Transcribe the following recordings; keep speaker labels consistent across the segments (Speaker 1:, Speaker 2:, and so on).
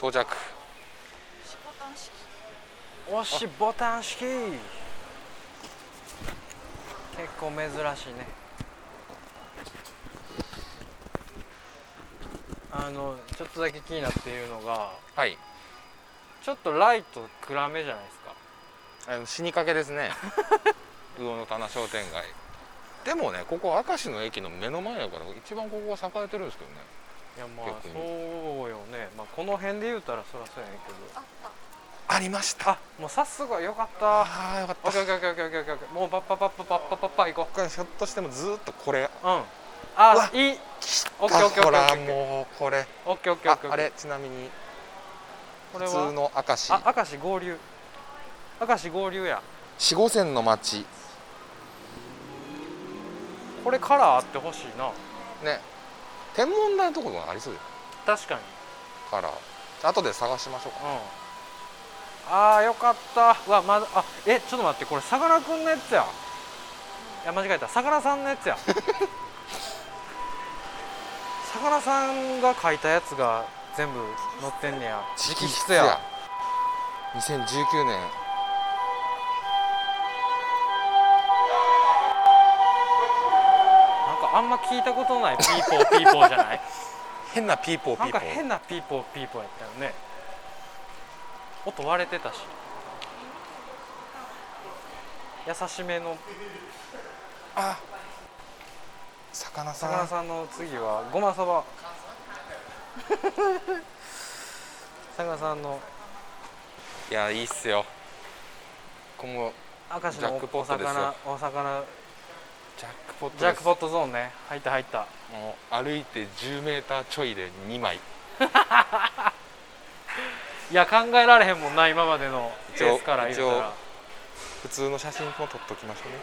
Speaker 1: 到着
Speaker 2: おしボタン式結構珍しいねあのちょっとだけ気になっているのが
Speaker 1: はい
Speaker 2: ちょっとライト暗めじゃないですか
Speaker 1: あの死にかけですね 魚の棚商店街でもねここ明石の駅の目の前だから一番ここが栄えてるんですけどね
Speaker 2: いやまあ
Speaker 1: 結構
Speaker 2: そうよね、まあ、この辺で言うたらそらそうやねんけど
Speaker 1: ありました
Speaker 2: あもう早速よかった
Speaker 1: ああよかっ
Speaker 2: オッケー
Speaker 1: た
Speaker 2: オッケーオッケーオッケーオッケーオッケーもうパッパッパッパッパッパッパッパッ行こ
Speaker 1: これひょっとしてもずーっとこれ
Speaker 2: ううん
Speaker 1: う
Speaker 2: あ
Speaker 1: わ
Speaker 2: いいオッケーオッケーオッケ
Speaker 1: ほ
Speaker 2: ーオ
Speaker 1: ら
Speaker 2: ッケー
Speaker 1: もうこれ
Speaker 2: オッケーオッケーオ
Speaker 1: あ
Speaker 2: ッケー
Speaker 1: あれちなみに
Speaker 2: これ
Speaker 1: 普
Speaker 2: は
Speaker 1: 通の明石
Speaker 2: あ明石合流明石合流や
Speaker 1: 四五線の町
Speaker 2: これカラーあってほしいな
Speaker 1: ね天文台のところがありそうで
Speaker 2: 確かに
Speaker 1: すから後で探しましょうか
Speaker 2: うんあーよかったうわまだあえちょっと待ってこれさかなクンのやつやいや間違えたさかなさんのやつ やさかなさんが書いたやつが全部載ってんねや
Speaker 1: 2019年
Speaker 2: なんかあんま聞いたことないピーポーピーポーじゃない
Speaker 1: 変なピーポー
Speaker 2: なん
Speaker 1: ピーポ
Speaker 2: か
Speaker 1: ー
Speaker 2: 変なピーポーピーポーやったよね音割れてたし優しめの
Speaker 1: あ魚さん
Speaker 2: 魚さんの次はごまそば 魚さんの
Speaker 1: いやいいっすよここも
Speaker 2: 明石
Speaker 1: ジャッ
Speaker 2: の
Speaker 1: クポ
Speaker 2: お
Speaker 1: ットです
Speaker 2: 魚
Speaker 1: よ
Speaker 2: お魚
Speaker 1: ジャックポットです
Speaker 2: ジャックポットゾーンね入った入った
Speaker 1: もう歩いて10メーターちょいで2枚
Speaker 2: いや考えられへんもんな今までの
Speaker 1: 一応
Speaker 2: レースから言うたら
Speaker 1: 普通の写真も撮っときましょうね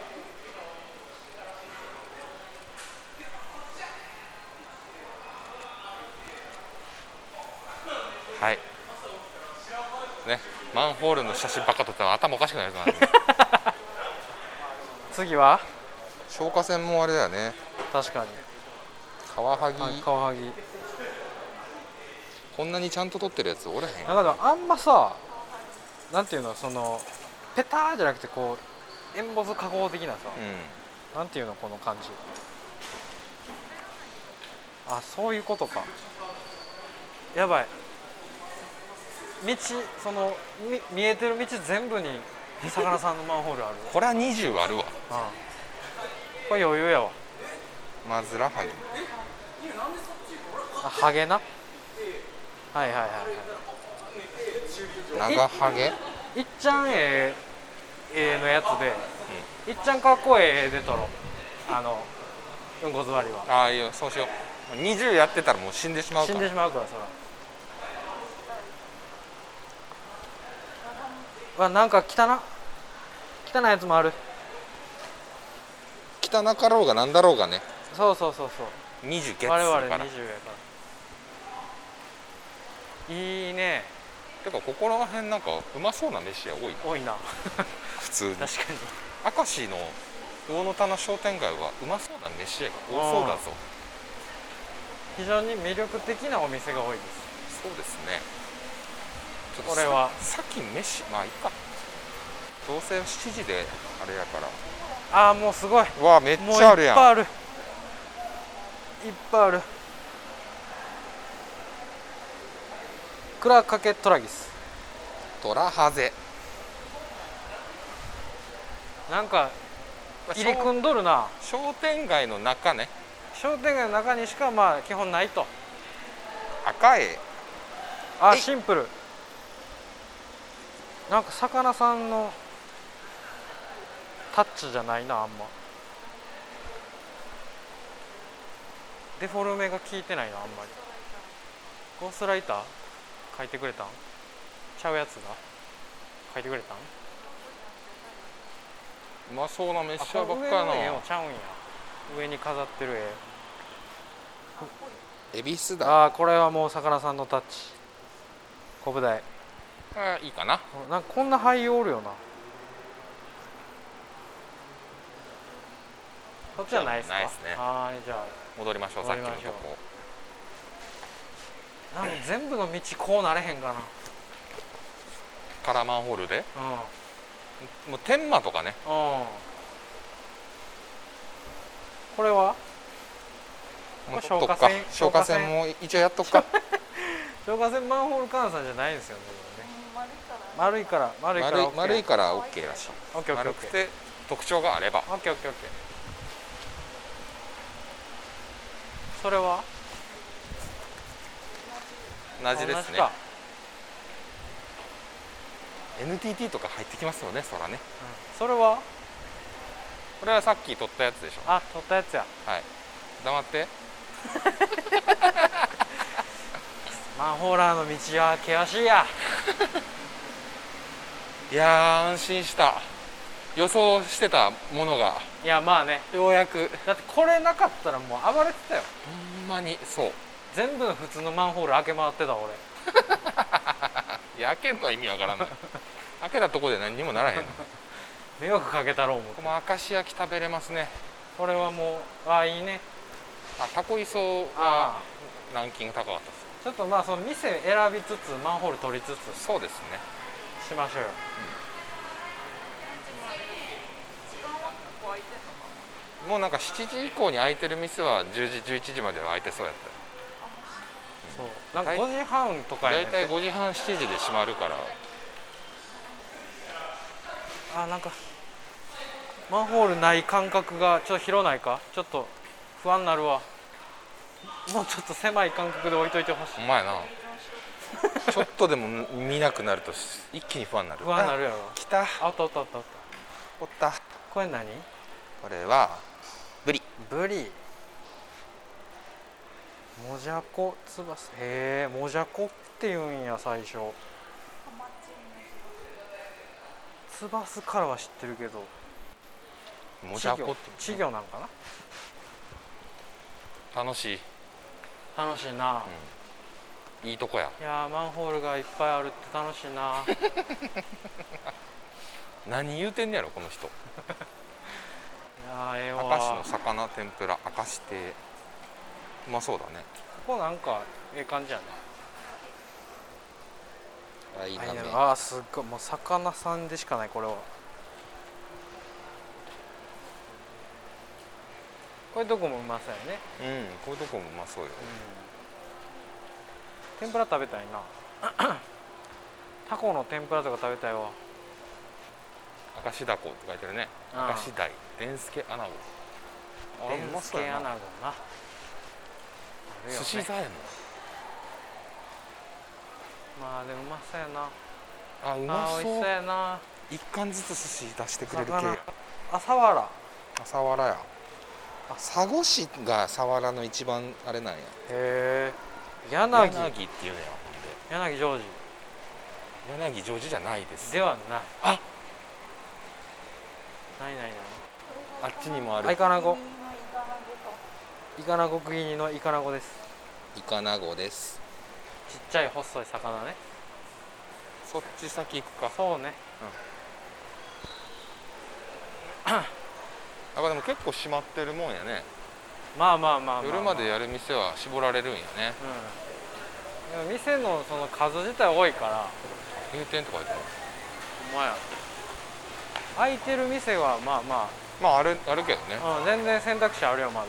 Speaker 1: はいねマンホールの写真ばっか撮ったら頭おかしくなるやつなんで
Speaker 2: 次は
Speaker 1: 消火栓もあれだよね
Speaker 2: 確かに
Speaker 1: カワハギ
Speaker 2: はいカワハギ
Speaker 1: こんなにちゃんと撮ってるやつおらへん
Speaker 2: なんかでもあんまさなんていうのそのペターじゃなくてこう煙突加工的なさ、
Speaker 1: う
Speaker 2: なんていうのこの感じあそういうことかやばい道そのみ見えてる道全部に魚さんのマンホールある、
Speaker 1: んこれは20あるわ
Speaker 2: うん、これ余裕やわ
Speaker 1: マズラハギ
Speaker 2: あハゲなはいはいはいは
Speaker 1: 長ハゲ
Speaker 2: いいっちゃんええええのやつで、いっちゃんかっこええでとろあのうんこ座りは
Speaker 1: ああいいよそうしよう20やってたらもう死んでしまうか
Speaker 2: 死
Speaker 1: ら
Speaker 2: んでしまうからそらうわなんか汚汚いやつもある
Speaker 1: 汚かろうがなんだろうがね
Speaker 2: そうそうそうそう
Speaker 1: 20ゲッツするか
Speaker 2: 我々20や
Speaker 1: ら
Speaker 2: からいいね
Speaker 1: てかここら辺なんかうまそうな飯屋多いな
Speaker 2: 多い な
Speaker 1: 普通に
Speaker 2: 確かに
Speaker 1: 明石の魚の棚商店街はうまそうな飯屋が多そうだぞ
Speaker 2: 非常に魅力的なお店が多いです
Speaker 1: そうですねちょっと
Speaker 2: これは
Speaker 1: ささっき飯まあいいかどうせ7時であれやから
Speaker 2: ああもうすごいう
Speaker 1: わめっ
Speaker 2: もういっ
Speaker 1: ち
Speaker 2: ぱ
Speaker 1: ゃ
Speaker 2: い
Speaker 1: あるやん
Speaker 2: あるいっぱいあるクラかけトラギス
Speaker 1: トラハゼ
Speaker 2: なんか入り組んどるな
Speaker 1: 商店街の中ね
Speaker 2: 商店街の中にしかまあ基本ないと
Speaker 1: 赤江
Speaker 2: あ
Speaker 1: えい
Speaker 2: シンプルなんか魚さんのタッチじゃないなあんまデフォルメが効いてないなあんまりゴーストライター書いてくれたんちゃうやつが書いてくれたん
Speaker 1: うまそうな飯
Speaker 2: あ
Speaker 1: 屋
Speaker 2: こ
Speaker 1: ば
Speaker 2: れ
Speaker 1: っかや
Speaker 2: 上の絵も
Speaker 1: な
Speaker 2: ちゃうんや上に飾ってる絵
Speaker 1: 恵比寿だ
Speaker 2: ああーこれはもう魚さんのタッチコブダイ
Speaker 1: あいいかな
Speaker 2: なんかこんな俳優おるよなそっちはないですか
Speaker 1: ないっすね
Speaker 2: はーいじゃ
Speaker 1: 戻りましょう
Speaker 2: 戻
Speaker 1: さっ
Speaker 2: り
Speaker 1: き
Speaker 2: ま
Speaker 1: の
Speaker 2: しょう
Speaker 1: とこ
Speaker 2: なんか全部の道こうなれへんか
Speaker 1: カラーマンホールで
Speaker 2: なうん
Speaker 1: もう天満とかね
Speaker 2: うんこれは
Speaker 1: もう
Speaker 2: 消
Speaker 1: と
Speaker 2: 火
Speaker 1: っ
Speaker 2: 栓
Speaker 1: か
Speaker 2: 消
Speaker 1: 消
Speaker 2: 火
Speaker 1: 火
Speaker 2: 栓
Speaker 1: 栓も一応やっとくか
Speaker 2: 消火栓マンホール換算じゃないんですよねこれね
Speaker 3: 丸いから
Speaker 2: 丸いから丸いから
Speaker 1: 丸い
Speaker 2: OK
Speaker 1: 丸いから OK らしい
Speaker 2: オッケーオッケー
Speaker 1: 丸
Speaker 2: オッ
Speaker 1: く
Speaker 2: ケー
Speaker 1: て特徴があれば
Speaker 2: オッケーオッケーオッケーそれは
Speaker 1: 同じで
Speaker 2: 同
Speaker 1: す
Speaker 2: じ
Speaker 1: ね
Speaker 2: か
Speaker 1: NTT とか入ってきますよねそらね
Speaker 2: うんそれは
Speaker 1: これはさっき撮ったやつでしょ
Speaker 2: あ取ったやつや
Speaker 1: はい黙って
Speaker 2: マンホーラーの道は険しいや
Speaker 1: いやー安心した予想してたものが
Speaker 2: いやまあね
Speaker 1: ようやく
Speaker 2: だってこれなかったらもう暴れてたよ
Speaker 1: ほんまにそう
Speaker 2: 全部の普通のマンホール開け回ってた俺
Speaker 1: いや開けんのは意味わか らない開けたとこで何にもならへんの
Speaker 2: 迷惑かけたろう思って
Speaker 1: この明石焼き食べれますね
Speaker 2: これはもうああいいね
Speaker 1: あタコ磯は
Speaker 2: あ
Speaker 1: ランキング高かったで
Speaker 2: あちょっとまあその店選びつつマンホール取りつ
Speaker 1: すそうですね
Speaker 2: つしましょうよ
Speaker 3: 時間は結構空いてんのかな
Speaker 1: もうなんか7時以降に開いてる店は10時11時までは開いてそうやっ
Speaker 2: そうなんか5時半と
Speaker 1: た
Speaker 2: かやね
Speaker 1: 大
Speaker 2: んて
Speaker 1: 体5時半7時で閉まるから
Speaker 2: あなんかマンホールない感覚がちょっと広ないかちょっと不安になるわもうちょっと狭い感覚で置いといてほしい
Speaker 1: お 前なちょっとでも見なくなると一気に不安になる
Speaker 2: 不安になるやろ
Speaker 1: あ来た
Speaker 2: あったあったあったあった
Speaker 1: おった
Speaker 2: これ何
Speaker 1: これはブリ
Speaker 2: ブリもじゃこつばすへえもじゃこっていうんや最初
Speaker 3: ハマチね
Speaker 2: つばすからは知ってるけど
Speaker 1: もじゃこって
Speaker 2: 稚魚稚魚なんか
Speaker 1: 楽しい、
Speaker 2: な楽しいな、
Speaker 1: うん、いいとこや
Speaker 2: いやーマンホールがいっぱいあるって楽 しいな
Speaker 1: 何言うてんねやろこの人
Speaker 2: いやーええ
Speaker 1: 明
Speaker 2: わ
Speaker 1: 石の魚天ぷら明石亭うまそうだね
Speaker 2: ここなんかええ感じやね
Speaker 1: あいい
Speaker 2: あいい
Speaker 1: な
Speaker 2: ねあーすっごいもう魚さんでしかないこれはこれどこもうまそうやね、
Speaker 1: うんこういうとこもうまそうよ
Speaker 2: 天ぷら食べたいな タコの天ぷらとか食べたいわ
Speaker 1: 明石だこって書いてるね
Speaker 2: ああ
Speaker 1: 明石鯛伝助アナゴあれうま
Speaker 2: 天
Speaker 1: そう
Speaker 2: 助
Speaker 1: や
Speaker 2: アナ
Speaker 1: な
Speaker 2: ゴなあるよね
Speaker 1: 寿司左衛門
Speaker 2: まあでもうまそうやな
Speaker 1: あうま
Speaker 2: あー美味し
Speaker 1: そ
Speaker 2: そう
Speaker 1: う
Speaker 2: やな
Speaker 1: 一貫ずつ寿司出してくれる系
Speaker 2: 魚
Speaker 1: や
Speaker 2: 朝わら
Speaker 1: あサワラやあ佐護市がサワラの一番あれなんや
Speaker 2: へえ柳
Speaker 1: 柳っ
Speaker 2: 柳
Speaker 1: ていうのや
Speaker 2: 柳ジョージ
Speaker 1: ほんで柳ジョージじゃないです
Speaker 2: ではない
Speaker 1: あ
Speaker 2: ないないない
Speaker 1: あっちにもあ
Speaker 2: あイ
Speaker 1: る
Speaker 2: カナゴ
Speaker 3: みんなイカナゴと
Speaker 2: イカナゴ食いのイカナゴです
Speaker 1: イカナゴです
Speaker 2: ちっちゃい細い魚ね
Speaker 1: そっち先行くか
Speaker 2: そうね
Speaker 1: あでも結構閉まってるもんやね
Speaker 2: まあまあまああ
Speaker 1: 夜までやる店は絞られるんやね
Speaker 2: うんでも店のその数自体多いから
Speaker 1: 入店とか言ってる
Speaker 2: お前や空いてる店はまあま
Speaker 1: まああるあるけどね
Speaker 2: あ、うん、全然選択肢あるよまだ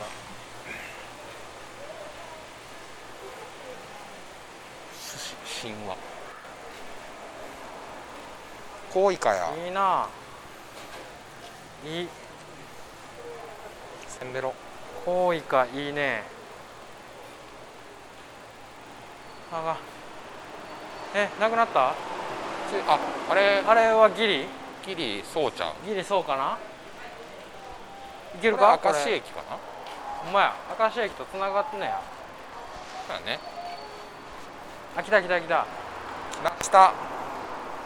Speaker 1: 寿司神話コウイカや
Speaker 2: いいないい
Speaker 1: センベロ
Speaker 2: コウイカいいねあがえなくなった
Speaker 1: つああれ
Speaker 2: あれはギリ
Speaker 1: ギリそうちゃん
Speaker 2: ギリそうかな。いける
Speaker 1: これ
Speaker 2: か？
Speaker 1: 明
Speaker 2: こ
Speaker 1: 石
Speaker 2: れ。
Speaker 1: 駅かな
Speaker 2: ほんまや。明石駅と繋がってんねや。
Speaker 1: そうやね
Speaker 2: あ来た来た来た。
Speaker 1: 来ました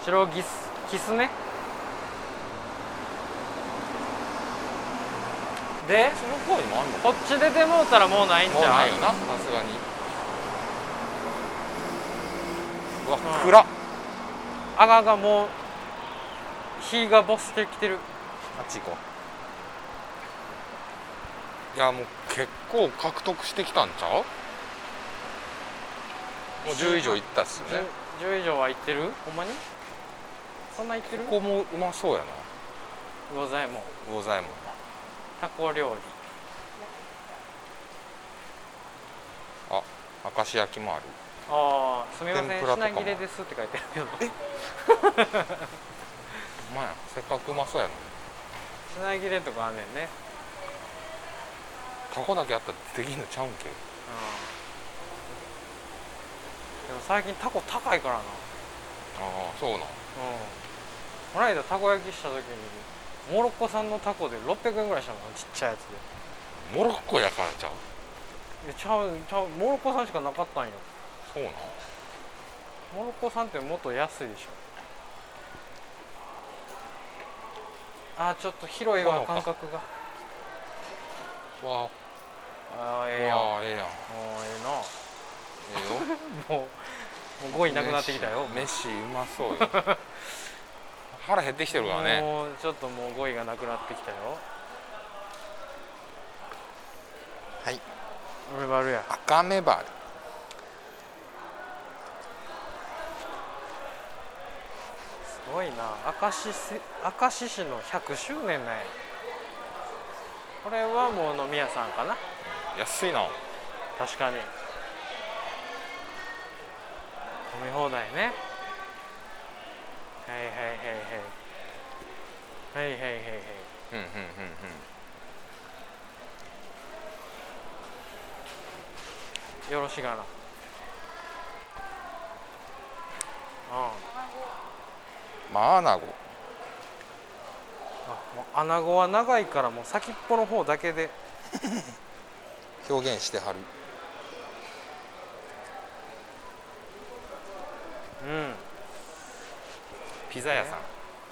Speaker 2: 白ギスキスね。で
Speaker 1: そ、の方にもあんの
Speaker 2: こっち出てもうたらもうないんじ
Speaker 1: もう
Speaker 2: ゃ
Speaker 1: なんい。よなさすがにうわ
Speaker 2: うん
Speaker 1: 暗っ
Speaker 2: あがあがもう日がボスてきてる。
Speaker 1: あっち行こういやもう結構獲得してきたんちゃうもう10以上行ったっすよね
Speaker 2: 10, 10以上は行ってるほんまにそんな行ってる
Speaker 1: ここもうまそうやな
Speaker 2: 魚左衛門
Speaker 1: 魚左衛門
Speaker 2: タコ料理
Speaker 1: 明石焼きもある
Speaker 2: ああすみませ
Speaker 1: 天
Speaker 2: ん
Speaker 1: ぷらとか
Speaker 2: 品
Speaker 1: も
Speaker 2: 切れですって書いてあるけど
Speaker 1: ほんまやせっかくうまそうやのに
Speaker 2: 品切れとかあんねんね
Speaker 1: タコだけあったらできんのちゃうんけ
Speaker 2: うんでも最近タコ高いからな
Speaker 1: ああそうなん
Speaker 2: うんこの間たこ焼きした時にモロッコ産のタコで600円ぐらいしたのちっちゃいやつで
Speaker 1: モロッコやからちゃう
Speaker 2: いやちゃうちゃうモロッコ産しかなかったんよ
Speaker 1: そうなん
Speaker 2: モロッコ産ってもっと安いでしょあーちょっと広いわ
Speaker 1: そう
Speaker 2: 感
Speaker 1: か
Speaker 2: 覚が
Speaker 1: わ
Speaker 2: ああ
Speaker 1: あ
Speaker 2: ええやんも
Speaker 1: わあええやんえ
Speaker 2: うええな
Speaker 1: えよ
Speaker 2: もうもう5位なくなってきたよ
Speaker 1: 飯飯うまそうよ 腹減ってきてるからね
Speaker 2: もうちょっともう語彙がなくなってきたよ
Speaker 1: はい
Speaker 2: 梅丸や
Speaker 1: 赤目バ
Speaker 2: すごいな明石せ明石市の100周年なんやこれはもう飲み屋さんかな
Speaker 1: ル安いな
Speaker 2: 確かに飲み放題ねはいはいはいはいはいはいはいはい
Speaker 1: うんうんうん
Speaker 2: よろしがなうん
Speaker 1: うんマアナゴ
Speaker 2: あもう穴子は長いからもう先っぽの方だけで
Speaker 1: 表現してはる
Speaker 2: うん
Speaker 1: ピザ屋さん、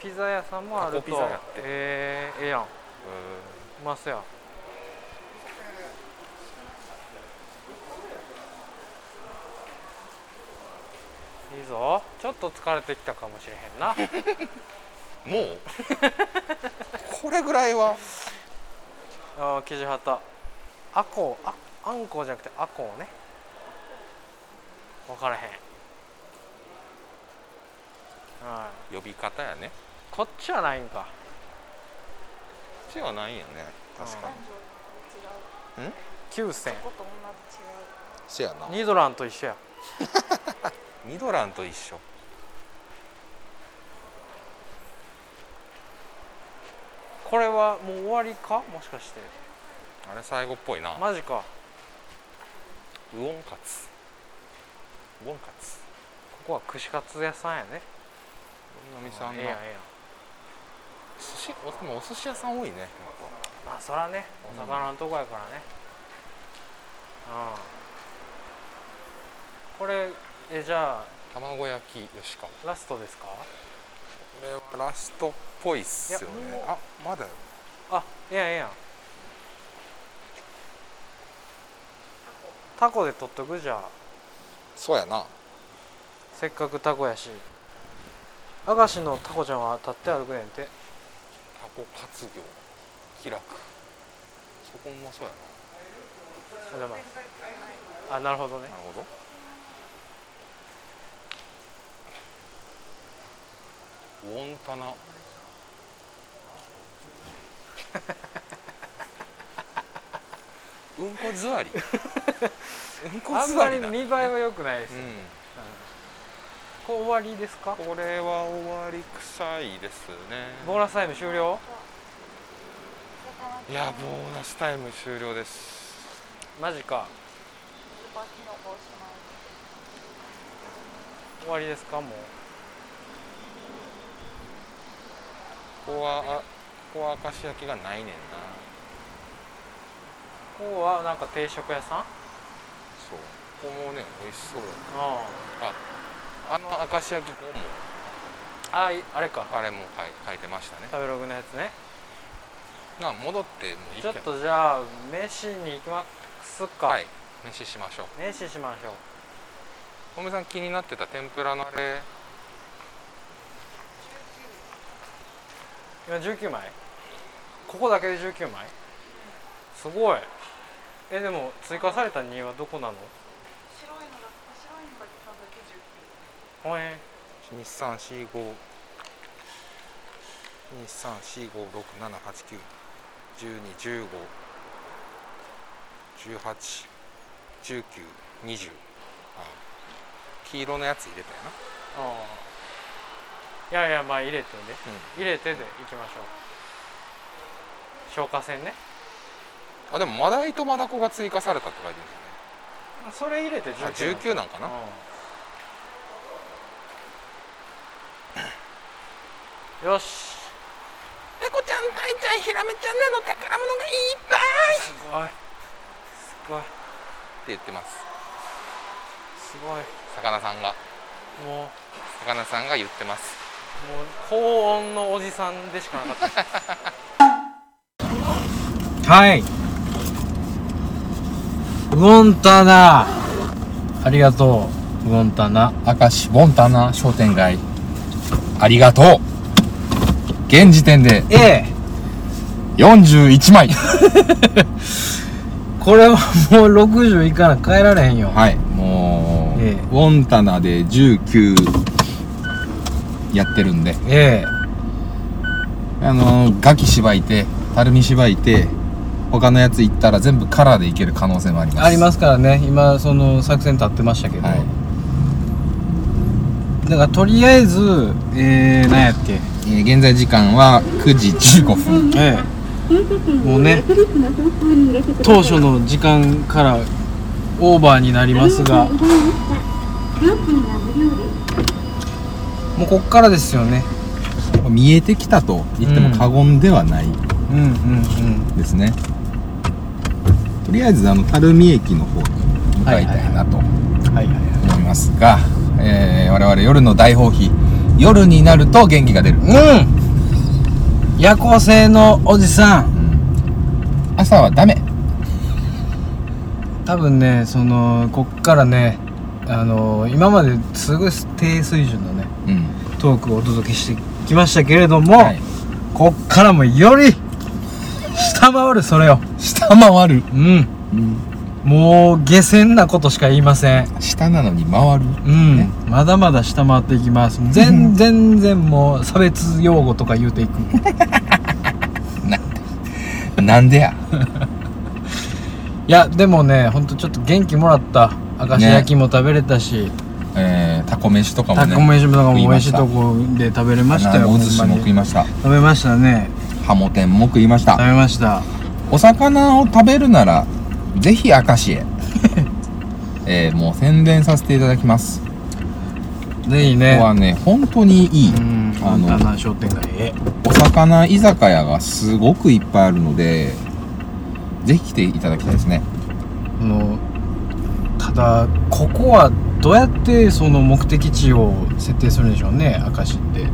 Speaker 2: ピザ屋さんもあると
Speaker 1: タコピザやって
Speaker 2: えーええやんうまそうやいいぞちょっと疲れてきたかもしれへんな
Speaker 1: も うこれぐらいは
Speaker 2: あー生地旗あこうああんこうじゃなくてあこうね分からへんはい
Speaker 1: 呼び方やね
Speaker 2: こっちはないんか
Speaker 1: こっちはないんやね確かに、
Speaker 3: 男女違う
Speaker 2: 9000
Speaker 3: こと同じ違
Speaker 1: せ
Speaker 3: う
Speaker 1: やな
Speaker 2: ニドランと一緒や
Speaker 1: ニドランと一緒
Speaker 2: これはもう終わりかもしかして
Speaker 1: あれ最後っぽいな、
Speaker 2: マジか
Speaker 1: ウオンカツウオンカツ
Speaker 2: ここは串カツ屋さんやね
Speaker 1: おみさん
Speaker 2: え
Speaker 1: の
Speaker 2: えやんええやん
Speaker 1: 寿司おでもお寿司屋さん多いねやっ
Speaker 2: まあそらねお魚のとこやからねうん、これえじゃ
Speaker 1: ぱ卵焼きよしかこ
Speaker 2: あラストですか
Speaker 1: れはラストっぽいっすよね
Speaker 2: いやもう
Speaker 1: あまだよ
Speaker 2: あええやんええやんタコで取っとくじゃあ
Speaker 1: そうやな
Speaker 2: せっかくタコやし明石のタコちゃんは立って歩くねんて
Speaker 1: タコ活業開くそこもそうや
Speaker 2: おはようございますあなるほどね
Speaker 1: ななるほどウォンタナ うんこ座 りうんこ
Speaker 2: あんま
Speaker 1: 座
Speaker 2: り
Speaker 1: りな
Speaker 2: 見栄えは良くないです、
Speaker 1: うん
Speaker 2: これ終わりですか
Speaker 1: これは終わり臭いですね
Speaker 2: ボーナスタイム終了
Speaker 1: いやボーナスタイム終了です
Speaker 2: マジか
Speaker 3: バキの帽子ない
Speaker 2: 終わりですかもう
Speaker 1: ここはあここは明石焼きがないねんな
Speaker 2: ここはなんか定食屋さん
Speaker 1: そうここもね美味しそうだ
Speaker 2: あ
Speaker 1: あの明石焼き粉も
Speaker 2: ああいあれか
Speaker 1: あれも書い書いてましたね
Speaker 2: 食べログのやつね
Speaker 1: な戻ってもういい
Speaker 2: ちょっ
Speaker 1: けど
Speaker 2: とじゃあ飯に行きますか、
Speaker 1: はい飯しましょう
Speaker 2: 飯しましょう
Speaker 1: おめさん気になってた天ぷらのあれ
Speaker 2: 今19枚ここだけで19枚すごいえでも追加された2はどこなの
Speaker 3: 白いのだ白いんだけど
Speaker 2: ほえ
Speaker 4: 日産 C5 日産 C5 6 7 8 9 1 2 1 5 1 8 1 9 2 0あ黄色のやつ入れたよな
Speaker 2: ああいやいやまあ入れてね入れてでいきましょう消火栓ね
Speaker 4: あでもマダイとマダコが追加されたって書いて
Speaker 2: それ入れて
Speaker 4: るんですよねあ19なんか
Speaker 2: う
Speaker 4: な、
Speaker 2: んよし
Speaker 4: ペコちゃんタイちゃんヒラメちゃんなの宝物がいっぱいっ
Speaker 2: すごいすごい
Speaker 4: て言ってます
Speaker 2: すご
Speaker 4: 魚さんが
Speaker 2: いもう
Speaker 4: 魚さんが言ってます
Speaker 2: もう高音のおじさんでしかなかったはい
Speaker 5: ウォンタナありがとうウォンタナ
Speaker 1: 明石ボンタナ商店街ありがとう現時点で
Speaker 5: A
Speaker 1: 41枚
Speaker 5: これはもう60いかな帰られへんよ
Speaker 1: はいもう、
Speaker 5: ええ
Speaker 1: ウォンタナで19やってるんで
Speaker 5: A
Speaker 1: あのーガキしばいてたるみしばいて他のやつ行ったら全部カラーでいける可能性もあります
Speaker 5: ありますからね今その作戦立ってましたけど、
Speaker 1: はい
Speaker 5: だからとりあえずえー、何やっけ
Speaker 1: えー現在時間は9時15分
Speaker 5: ええもう ね当初の時間からオーバーになりますがもうこっからですよね
Speaker 1: 見えてきたと言っても過言ではない
Speaker 5: うんうんうん
Speaker 1: ですね、とりあえずあの垂水駅の方に向かいたいなと
Speaker 5: はいはいはい
Speaker 1: 思いますが、えー我々夜の大放棄夜になると元気が出る、
Speaker 5: うん夜行性のおじさん
Speaker 1: 朝はダメ
Speaker 5: 多分ねそのこっからねあの今まですごい低水準のね
Speaker 1: うん
Speaker 5: トークをお届けしてきましたけれども、
Speaker 1: はい
Speaker 5: こっからもより下回るそれを
Speaker 1: 下回る、
Speaker 5: うんもう下船なことしか言いません
Speaker 1: 下なのに回る
Speaker 5: うん、
Speaker 1: ね
Speaker 5: まだまだ下回っていきます 全全然もう差別用語とか言うていく
Speaker 1: なんでや
Speaker 5: いやでもねほんとちょっと元気もらった明石焼きも食べれたし、
Speaker 1: えー、タコ飯とかも
Speaker 5: タ
Speaker 1: ね
Speaker 5: コ飯とかも
Speaker 1: 食い
Speaker 5: 美
Speaker 1: ま
Speaker 5: 味し
Speaker 1: し
Speaker 5: い
Speaker 1: た
Speaker 5: とこで食べれましたよ
Speaker 1: お寿司
Speaker 5: ほんま
Speaker 1: も
Speaker 5: に
Speaker 1: 食いました
Speaker 5: 食べましたね
Speaker 1: ハモ天も食いまし
Speaker 5: 食
Speaker 1: た
Speaker 5: べました
Speaker 1: お魚を食べるならぜひ明石へ えー、もう宣伝させていただきます、
Speaker 5: ぜひ
Speaker 1: ここは
Speaker 5: ね
Speaker 1: ね本当にいい、
Speaker 5: うん
Speaker 1: あの
Speaker 5: 旦那商店街へ
Speaker 1: お魚居酒屋がすごくいっぱいあるのでぜひ来ていただきたいですね
Speaker 5: あのただここはどうやってその目的地を設定するんでしょうね明石って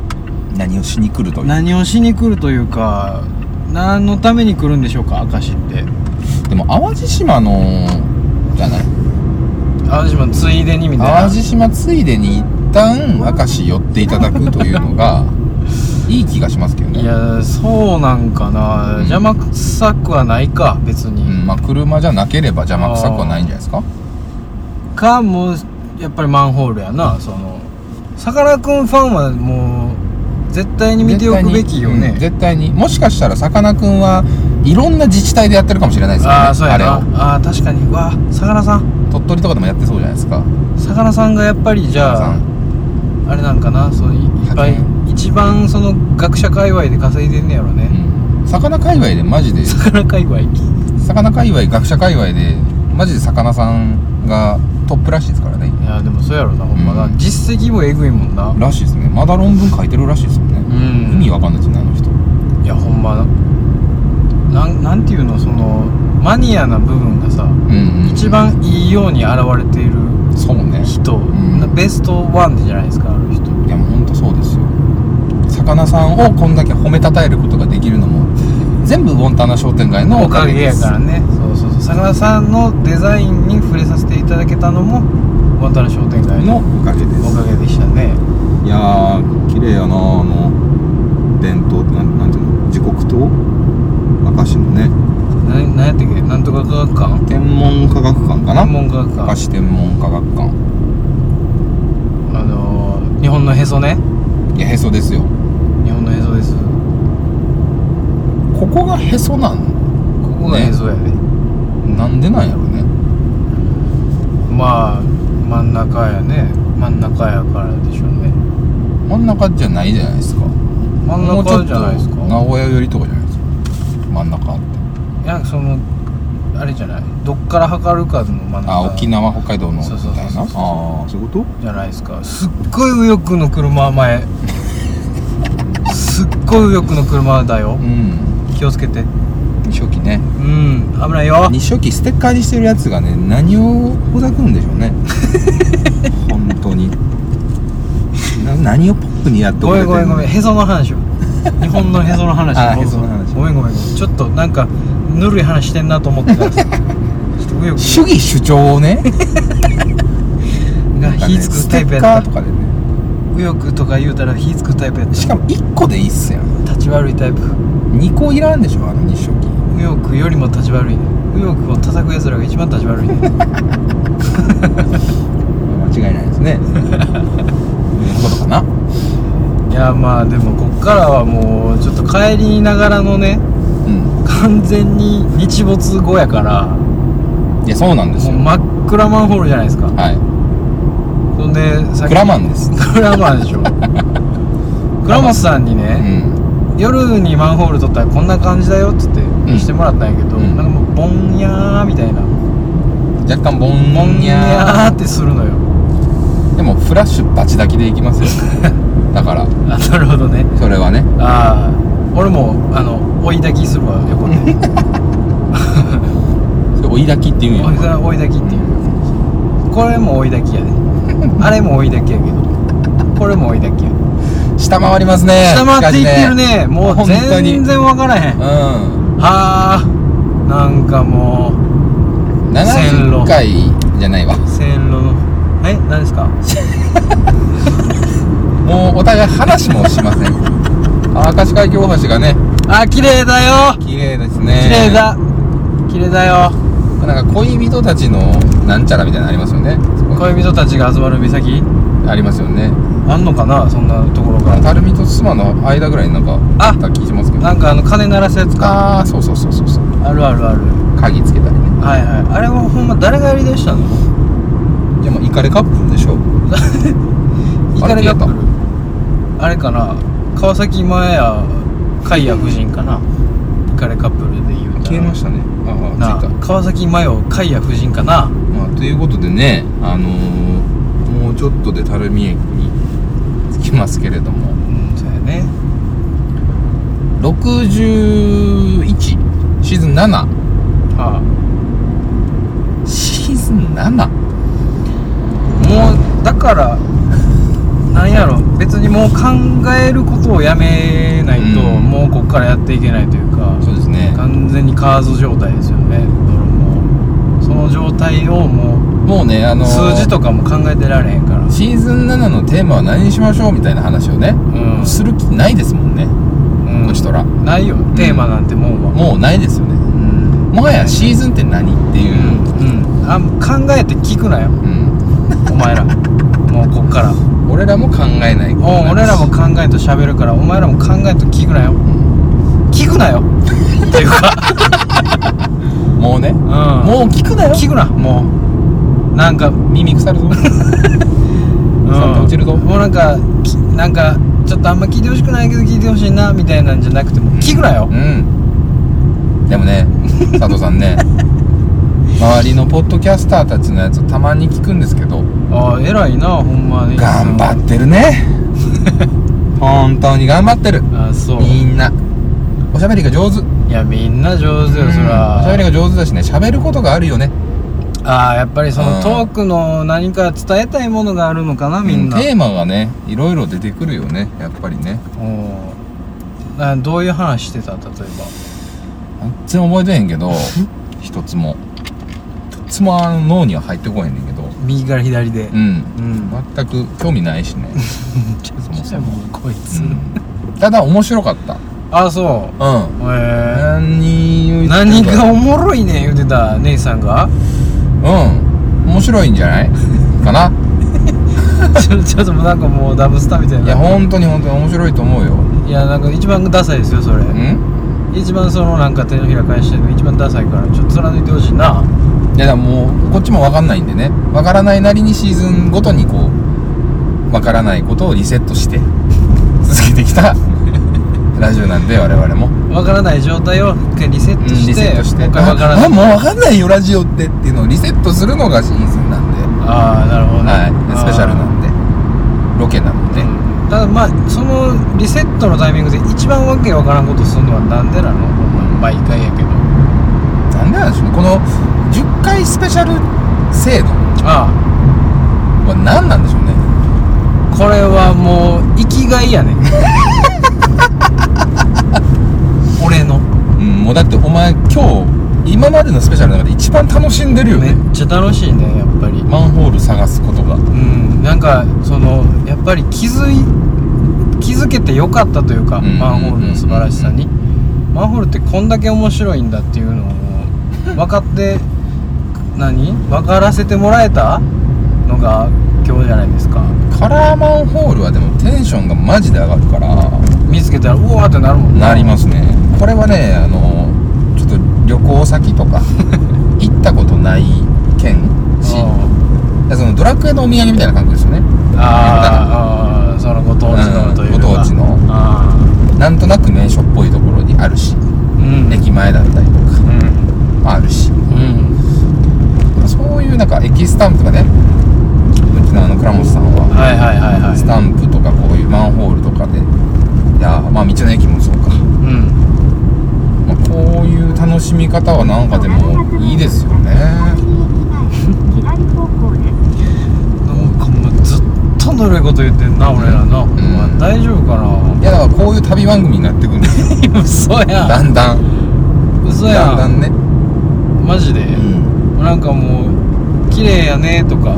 Speaker 1: 何をしに来るという
Speaker 5: 何をしに来るというか何のために来るんでしょうか明石って
Speaker 1: でも淡路島のじゃない
Speaker 5: 淡路島ついでにみたいな
Speaker 1: 淡路島ついでに一旦明石寄っていただくというの がいい気がしますけどね
Speaker 5: いやそうなんかな、
Speaker 1: うん
Speaker 5: 邪魔くさくはないか別
Speaker 1: う
Speaker 5: に、
Speaker 1: んまあ車じゃなければ邪魔くさくはないんじゃないですか
Speaker 5: かもうやっぱりマンホールやなそのさかなクンファンはもう絶対に見ておくべきよね、
Speaker 1: うん絶対にもしかしたらさかなクンはいろんな自治体でやってるかもしれないですよね
Speaker 5: ああそうやな
Speaker 1: あれを
Speaker 5: ああ確かにうわさかなさん
Speaker 1: 鳥取とかでもやってそうじゃないですか
Speaker 5: さかなさんがやっぱりじ
Speaker 1: さ
Speaker 5: ゃあ
Speaker 1: ん
Speaker 5: あれなんかなそのいいっぱい
Speaker 1: 派
Speaker 5: 一番その学者界隈で稼いでんねやろね
Speaker 1: うん魚界隈でマジで
Speaker 5: さかな界隈
Speaker 1: 魚界隈学者界隈でマジで魚さんがトップらしいですからね
Speaker 5: いやでもそうやろなほんまな、
Speaker 1: うん
Speaker 5: 実績もえぐいもんな
Speaker 1: らしいですねまだ論文書いてるらしいですよ
Speaker 5: う
Speaker 1: ね、
Speaker 5: ん
Speaker 1: 意味わかんないですよねあの人
Speaker 5: いやほんまなんなんていうのそのマニアな部分がさ
Speaker 1: うん、うん、
Speaker 5: 一番いいように現れている
Speaker 1: そうね
Speaker 5: 人、
Speaker 1: ん
Speaker 5: ベストワンじゃないですかある人
Speaker 1: いやもうほんとそうですよ魚さんをこんだけ褒めたたえることができるのも全部ウォンタナ商店街の
Speaker 5: お
Speaker 1: おか
Speaker 5: か
Speaker 1: げ
Speaker 5: げ
Speaker 1: で
Speaker 5: や
Speaker 1: す
Speaker 5: からねそうそうそうさかなさんのデザインに触れさせていただけたのもワンタラ商店街
Speaker 1: の
Speaker 5: の
Speaker 1: おかげで
Speaker 5: おか
Speaker 1: す
Speaker 5: げでしたね
Speaker 1: いやー綺麗やなあの伝統ってなんなんていうの時刻と明石のね
Speaker 5: ななんやったっけなんとか科学館
Speaker 1: 天文科学館かな
Speaker 5: 天文科学
Speaker 1: 明
Speaker 5: 館
Speaker 1: 石天文科学館
Speaker 5: あの本のへそね
Speaker 6: いやへそですよ
Speaker 5: 日本のへそですこ
Speaker 6: ここがへそなん
Speaker 5: こがへそやで、
Speaker 6: なんでなんやろね
Speaker 5: まあ真ん中やね真ん中やからでしょうね
Speaker 6: 真ん中じゃないじゃないですか
Speaker 5: 真ん
Speaker 6: もうち
Speaker 5: 中
Speaker 6: ょっと
Speaker 5: じゃないですか
Speaker 6: 名古屋寄りとかじゃないですか真ん中って
Speaker 5: いやそのあれじゃないどっから測るかの真ん中
Speaker 6: あ沖縄北海道のみた
Speaker 5: そうそうそう
Speaker 6: いな
Speaker 5: そ
Speaker 6: あ
Speaker 5: うそう
Speaker 6: あーそういうこと
Speaker 5: じゃないですかすっごい右翼の車前すっごい右翼の車だよ
Speaker 6: うん
Speaker 5: 気をつけて
Speaker 6: 二初期ね
Speaker 5: うん危ないよ
Speaker 6: 二初期ステッカーにしてるやつがね何をほざくんでしょ うね本当にな何をポップにやって
Speaker 5: ごめんごめんごめん
Speaker 6: ん
Speaker 5: へその話を日本のへその話
Speaker 6: あ
Speaker 5: を
Speaker 6: へその話
Speaker 5: ごめんごめんごめんちょっとなんかぬるい話してんなと思ってたん ですちょっと右
Speaker 6: 主
Speaker 5: 翼
Speaker 6: 義主張をね
Speaker 5: が
Speaker 6: なんか
Speaker 5: 火
Speaker 6: ね
Speaker 5: つく
Speaker 6: ス
Speaker 5: タ
Speaker 6: テ
Speaker 5: イプ
Speaker 6: ッ
Speaker 5: やった
Speaker 6: カーとかでね
Speaker 5: 右翼とか言うたら火つくタイプやった
Speaker 6: しかも1個でいいっすやん
Speaker 5: 立ち悪いタイプ
Speaker 6: 2個いらんでしょあの二初期
Speaker 5: 右翼よりも立ち悪いね右翼を叩く奴らが一番立ち悪い ね
Speaker 6: 間違いないですねそういうことかない
Speaker 5: やまあでもこっからはもうちょっと帰りながらのね
Speaker 6: うん
Speaker 5: 完全に日没後やから
Speaker 6: いやそうなんです
Speaker 5: もう
Speaker 6: よ
Speaker 5: 真っ暗マンホールじゃないですか
Speaker 6: は
Speaker 5: ほんでさっ
Speaker 6: いク
Speaker 5: き
Speaker 6: ラマンです
Speaker 5: クラマン でしょクラマスさんに
Speaker 6: う
Speaker 5: ね、
Speaker 6: ん
Speaker 5: 夜にマンホール撮ったらこんな感じだよっつって
Speaker 6: ん
Speaker 5: してもらったんやけど、
Speaker 6: うん
Speaker 5: なんかもうぼんやーみたいな
Speaker 6: 若干ボン
Speaker 5: ぼ
Speaker 6: ボン
Speaker 5: ん
Speaker 6: に
Speaker 5: やー
Speaker 6: ゃ
Speaker 5: ってするのよ
Speaker 6: ーでもフラッシュバチ抱きでいきます よだから
Speaker 5: あなるほどね
Speaker 6: それはね
Speaker 5: ああ俺もあの追い炊きするわ横で
Speaker 6: それ追い抱きっていうん
Speaker 5: 追い
Speaker 6: や
Speaker 5: だ追い炊きっていうこれも追い炊きやであれも追い炊きやけどこれも追い炊きや
Speaker 6: 下回りますね
Speaker 5: 下回っていってるねもう
Speaker 6: 本当に
Speaker 5: 全然分からへん
Speaker 6: う
Speaker 5: はあ
Speaker 6: ん
Speaker 5: なんかもう線
Speaker 6: 70
Speaker 5: 路
Speaker 6: 回じゃないわ
Speaker 5: 線路のえ何ですか
Speaker 6: もうお互い話もしま せんあ明石海峡大橋がね
Speaker 5: あ綺麗だよ
Speaker 6: 綺麗ですね
Speaker 5: 綺麗だ綺麗だよ
Speaker 6: なんか恋人たちのなんちゃらみたいなのありますよねそこ
Speaker 5: 恋人たちが集まる岬
Speaker 6: ありますよね
Speaker 5: あんのかなそんなところが
Speaker 6: たるみと妻の間ぐらいになんか
Speaker 5: あ
Speaker 6: あった気しますけど
Speaker 5: なんかあの鐘鳴らすやつか
Speaker 6: ああそうそうそうそうそう
Speaker 5: あるあるある
Speaker 6: 鍵つけたりね
Speaker 5: はいはいあれはほんま誰がやりだしたの
Speaker 6: いやもうイカレカップルでしょ
Speaker 5: イカレカップル
Speaker 6: あれ消
Speaker 5: あれかな川崎麻や海也夫人かなイカレカップルで言うたら
Speaker 6: 消えましたねあ
Speaker 5: な
Speaker 6: あついた
Speaker 5: 川崎麻世海也夫人かな
Speaker 6: まあということでねあのー、もうちょっとで垂水駅に着きますけれども
Speaker 5: うんそうやね
Speaker 6: 61シーズン7
Speaker 5: ああ
Speaker 6: シーズン 7?
Speaker 5: もうだからなんやろ別にもう考えることをやめないと、
Speaker 6: うん
Speaker 5: もうこっからやっていけないというか
Speaker 6: そうですね
Speaker 5: 完全にカーズ状態ですよねドロもその状態をも
Speaker 6: もうねあ
Speaker 5: う
Speaker 6: のー
Speaker 5: 数字とかも考えてられへんから
Speaker 6: シーズン7のテーマは何にしましょうみたいな話をね
Speaker 5: うん、
Speaker 6: する気ないですもんね
Speaker 5: うん
Speaker 6: こちとら
Speaker 5: ないよテーマなんてもんは、
Speaker 6: もうないですよね
Speaker 5: うん
Speaker 6: もはやシーズンって何って
Speaker 5: う
Speaker 6: いう、
Speaker 5: ん、うん、あ考えて聞くなよ
Speaker 6: うん
Speaker 5: お前らもうこっから
Speaker 6: 俺らも考えない
Speaker 5: おう俺らも考えと喋るからお前らも考えと聞くなよ聞くなよっていうか、
Speaker 6: もう ね
Speaker 5: うん、
Speaker 6: もう聞くなよ
Speaker 5: 聞くなもうなんか、うん、
Speaker 6: 耳腐るぞさあ落ちるぞ
Speaker 5: もうなんかきなんかちょっとあんま聞いてほしくないけど聞いてほしいなみたいなんじゃなくてもう聞くなよ
Speaker 6: う、んで もね佐藤さんね周りのポッドキャスターたちのやつをたまに聞くんですけど
Speaker 5: ああ偉いなほんまに
Speaker 6: 頑張ってるね 本当に頑張ってる
Speaker 5: ああそう
Speaker 6: みんなおしゃべりが上手
Speaker 5: いやみんな上手よそ
Speaker 6: うんおしゃべり
Speaker 5: ら
Speaker 6: が上手だしね喋ることがあるよね
Speaker 5: ああやっぱりその、
Speaker 6: うん
Speaker 5: トークの何か伝えたいものがあるのかなみんな、
Speaker 6: うテーマがねいろいろ出てくるよねやっぱりね
Speaker 5: おうあどういう話してた例え
Speaker 6: 全然覚えてへん けど一つも一つもあの脳には入ってこへんねんけど
Speaker 5: ば右から左で
Speaker 6: うん
Speaker 5: うん
Speaker 6: 全く興味ないし ね、
Speaker 5: ち
Speaker 6: そもそ
Speaker 5: もこいつ、
Speaker 6: うん、ただ面白かった
Speaker 5: あそう
Speaker 6: うん
Speaker 5: へえ
Speaker 6: 何を言って
Speaker 5: 何
Speaker 6: るか
Speaker 5: がおもろいねん言うてた 姉さんが
Speaker 6: うん面白いんじゃないかな
Speaker 5: ちょちょっともうなんかもうダブスターみたいない
Speaker 6: や本当に本当に面白いと思うよ
Speaker 5: いやなんか一番ダサいですよそれ
Speaker 6: ん
Speaker 5: 一番そのなんか手のひら返してるの一番ダサいからちょっと貫いてほしいない
Speaker 6: やだからもうこっちも分かんないんでね分からないなりにシーズンごとにこう分からないことをリセットして 続けてき たラジオなんで我々も、
Speaker 5: わからない状態を一回リセットして,、
Speaker 6: リセットして
Speaker 5: もう一回わからな
Speaker 6: あ
Speaker 5: い
Speaker 6: もう分かんないよラジオってっていうのをリセットするのがシーズンなんで、
Speaker 5: ああなるほどね、
Speaker 6: はい、スペシャルな
Speaker 5: あ
Speaker 6: んでロケなの
Speaker 5: ー
Speaker 6: で、
Speaker 5: うんただまあそのリセットのタイミングで一番わけわからんことするのはなんでなの毎回やけど
Speaker 6: なんでなんでしょうねこの10回スペシャル制度
Speaker 5: あ
Speaker 6: は何なんでしょうね
Speaker 5: あこれはもう生きがいや ね俺の
Speaker 6: うんもうだってお前今日今までのスペシャルの中で一番楽しんでるよ
Speaker 5: め
Speaker 6: ね
Speaker 5: っちゃ楽しいねやっぱり
Speaker 6: マンホール探すことが
Speaker 5: うんなんかそのやっぱり気づい気づけてよかったというか、
Speaker 6: うん
Speaker 5: マンホールの素晴らしさに、マンホールってこんだけ面白いんだっていうのを分かって何分からせてもらえたのが今日じゃないですか
Speaker 6: カラーマンホールはでもテンションがマジで上がるから
Speaker 5: 見つけたらうわーってなるもん
Speaker 6: なりますねこれはねあのちょっと旅行先とか 行ったことない県市
Speaker 5: うん
Speaker 6: そのドラクエのお土産みたいな感じですよね
Speaker 5: あーあーそのご当地のというか、
Speaker 6: うんご当地の
Speaker 5: あ
Speaker 6: なんとなく名所っぽいところにあるし
Speaker 5: ーうん
Speaker 6: 駅前だったりとかまああるし
Speaker 5: うん
Speaker 6: そういうなんか駅スタンプがねうちのあの倉本さんは
Speaker 5: はいはいはいはい
Speaker 6: スタンプとかこういうマンホールとかでいやーまあ道の駅もそうか、
Speaker 5: うん
Speaker 6: まあ、こういう楽しみ方はなんかでもいいですよね
Speaker 3: 左方向です。
Speaker 5: なんかもうずっとぬるいこと言ってんな俺らな、まあ大丈夫かない
Speaker 6: やだからこういう旅番組になってくんですよ
Speaker 5: 嘘や
Speaker 6: だ
Speaker 5: ん
Speaker 6: んだん
Speaker 5: 嘘や
Speaker 6: だん
Speaker 5: ん
Speaker 6: だんね
Speaker 5: マジで、
Speaker 6: うん
Speaker 5: なんかもう綺麗やねとか、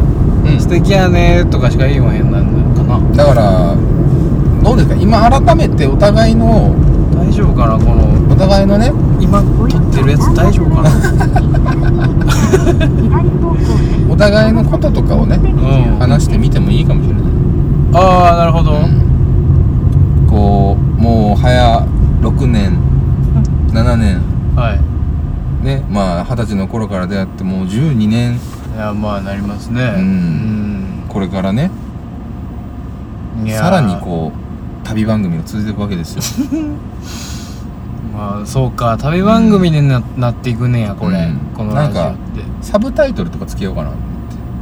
Speaker 6: うん
Speaker 5: 素敵やねとかしか言わへんなんだかな
Speaker 6: だからどうですか今改めてお互いの
Speaker 5: 大丈夫かなこの
Speaker 6: お互いのね
Speaker 5: 今撮ってるやつ大丈夫かな
Speaker 3: 左方向です。
Speaker 6: お互いのこととかをね
Speaker 5: うん
Speaker 6: 話してみてもいいかもしれない、
Speaker 5: ああなるほど、
Speaker 6: うんこうもう早6年7年
Speaker 5: はい
Speaker 6: ねまあ二十歳の頃から出会ってもう12年
Speaker 5: いやまあなりますね
Speaker 6: んこれからね
Speaker 5: うんいや
Speaker 6: さらにこう旅番組が続いていくわけですよ
Speaker 5: まあそうか旅番組にな,、なっていくねやこれ、
Speaker 6: うん
Speaker 5: このラジオって
Speaker 6: サブタイトルとかつけようかな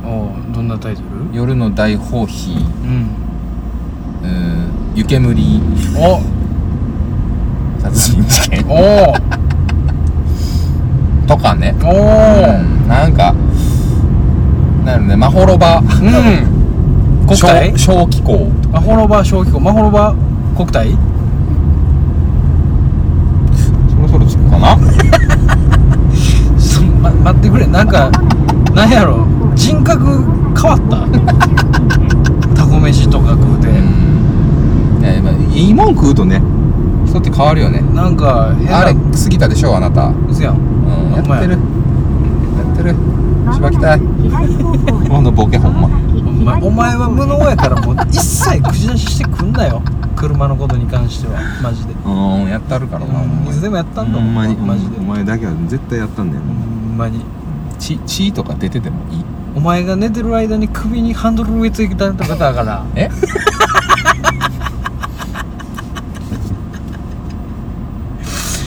Speaker 5: おうどんなタイトル
Speaker 6: 「夜の大放棄」
Speaker 5: うん
Speaker 6: うん「湯煙
Speaker 5: お
Speaker 6: 殺人事件
Speaker 5: おー」
Speaker 6: とかね
Speaker 5: お
Speaker 6: う
Speaker 5: ー
Speaker 6: んなんかなるね「まほろば」
Speaker 5: うん
Speaker 6: 「
Speaker 5: 国体
Speaker 6: 小小気候」とか
Speaker 5: マホロバ小規模マホロバ国体
Speaker 6: そろそろつくかな
Speaker 5: そま、待ってくれなんかなんやろ人格変 わったタコ飯とか食うて
Speaker 6: うんねまあいいもん食うとね人って変わるよね
Speaker 5: なんか変な
Speaker 6: あれ過ぎたでしょあなた
Speaker 5: うやん
Speaker 6: うん
Speaker 5: ほ
Speaker 6: や
Speaker 5: んま
Speaker 6: っ
Speaker 5: や
Speaker 6: てるやってるしばきたい今のボケほんま
Speaker 5: お前お前は無能やからもう一切口出ししてくんなよ車のことに関してはマジで
Speaker 6: うんやったるからな
Speaker 5: うんいつでもやったんだもんマジで
Speaker 6: お前だけは絶対やったんだよ
Speaker 5: ほんまに
Speaker 6: 血血とか出ててもいい
Speaker 5: お前が寝てる間に首にハンドル植え付けたとかだから
Speaker 6: え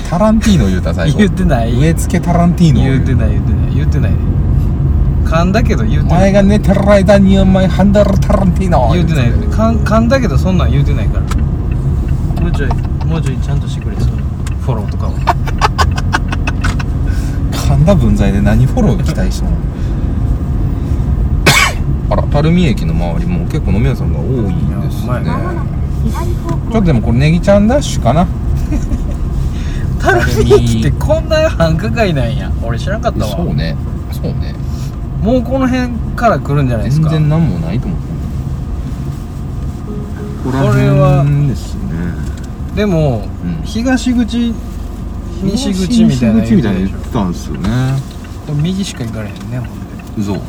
Speaker 6: タランティーノ言うた最後
Speaker 5: 言ってない
Speaker 6: 植え付けタランティーノ
Speaker 5: 言うてない言うてない言うてないね噛んだけど言う
Speaker 6: お
Speaker 5: てな
Speaker 6: 前
Speaker 5: い
Speaker 6: が寝てる間にお前ハンドルタランティーノ
Speaker 5: 言うてない言うてない噛ん噛んだけどそんなん言うてないからもうちょいもうちょいちゃんとしてくれそのフォローとかを
Speaker 6: 神田分際で何フォロー期待した のあら垂水駅の周りも結構飲み屋さんが多いんです
Speaker 5: いやうまい
Speaker 6: ね
Speaker 5: ね
Speaker 6: ちょっとでもこれネギちゃんダッシュかな
Speaker 5: タルミ駅ってこんな繁華街なんや俺知らんかったわ
Speaker 6: そうねそうね
Speaker 5: もうこの辺から来るんじゃないです
Speaker 6: 全
Speaker 5: か
Speaker 6: 然何もないと思うこ
Speaker 5: これは
Speaker 6: ですね
Speaker 5: でも、
Speaker 6: うん
Speaker 5: 東口西口みたいな
Speaker 6: 東口
Speaker 5: 言
Speaker 6: みたいな言
Speaker 5: う
Speaker 6: っててたんですよね
Speaker 5: たでしょ右しか行かれへんねほんで
Speaker 6: 嘘
Speaker 5: うん
Speaker 6: あっ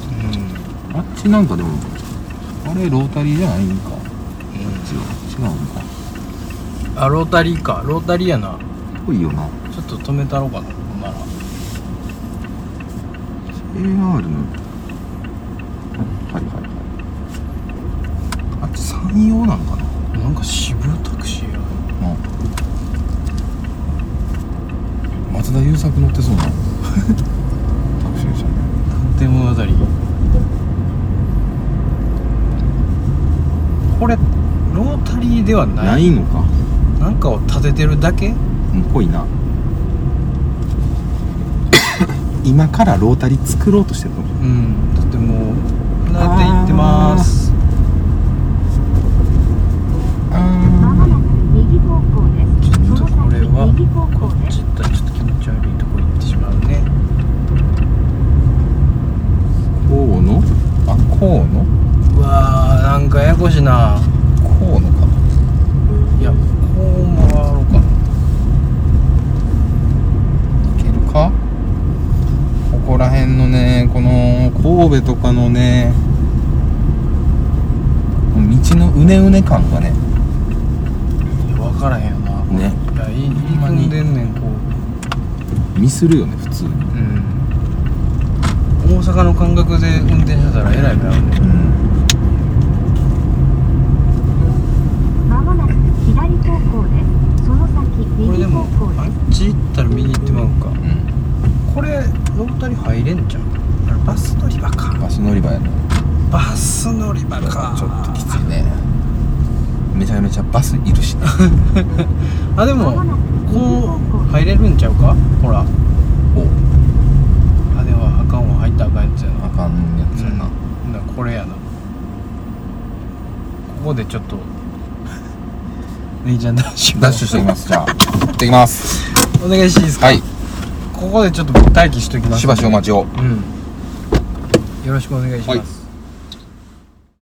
Speaker 6: ちなんかでもああれロータリーじゃないんか違う違うんか
Speaker 5: あロータリーかロータリーやな
Speaker 6: ぽいよな
Speaker 5: ちょっと止めたろうかなほんなら
Speaker 6: AR のはいはいはいあっち山陽なんかな
Speaker 5: なんか渋いタクシーや
Speaker 6: 松田優作乗ってそうなタクシーでしたね
Speaker 5: 探偵物語これロータリーではない
Speaker 6: ないのか
Speaker 5: なんかを立ててるだけ
Speaker 6: うんぽい な今からロータリー作ろうとしてるの
Speaker 5: うんだってもうなって行ってます
Speaker 3: まもなく右方向です。
Speaker 5: ちょっとこれは
Speaker 3: その先右方
Speaker 5: こ
Speaker 3: 向
Speaker 5: っ
Speaker 3: です
Speaker 5: ち。行ったらちょっと気持ち悪いとこ行ってしまうね
Speaker 6: 河野あ河野
Speaker 5: うわーなんかややこしいな
Speaker 6: 河野か
Speaker 5: いやこう回ろうか
Speaker 6: いけるかここら辺のねこの神戸とかのね道のうねうね感がね
Speaker 5: いや分からへんよな
Speaker 6: ね
Speaker 5: いやいい入り組んでんねんこう
Speaker 6: ミスるよね普通に
Speaker 5: うん大阪の感覚で運転してたらえらい目合うね
Speaker 6: うん
Speaker 3: まもなく左方向です。その先
Speaker 5: これ
Speaker 3: 右
Speaker 5: で
Speaker 3: 方
Speaker 5: も
Speaker 3: 向
Speaker 5: あ
Speaker 3: です。
Speaker 5: っち行ったら右行ってまうか
Speaker 6: うん
Speaker 5: これロータリー入れんじゃんあれバス乗り場か
Speaker 6: バス乗り場やね
Speaker 5: バス乗り場か
Speaker 6: ちょっときついねめちゃめちゃバスいるしね
Speaker 5: あで
Speaker 3: まも
Speaker 5: も
Speaker 3: なく右
Speaker 5: こ
Speaker 3: 方向
Speaker 5: う
Speaker 3: です。
Speaker 5: 入れるんちゃうかほら
Speaker 6: お
Speaker 5: あではあかんわ入ったらあかんやつやな
Speaker 6: あかんやつやな、
Speaker 5: うん、だからこれやなここでちょっと姉ちゃんダッシュ
Speaker 6: ダッシュしてきますじゃあ行ってきます
Speaker 5: お願いしていいですか
Speaker 6: はい
Speaker 5: ここでちょっと待機しときます
Speaker 6: しばしお待ちを
Speaker 5: うんよろしくお願いします、
Speaker 6: はい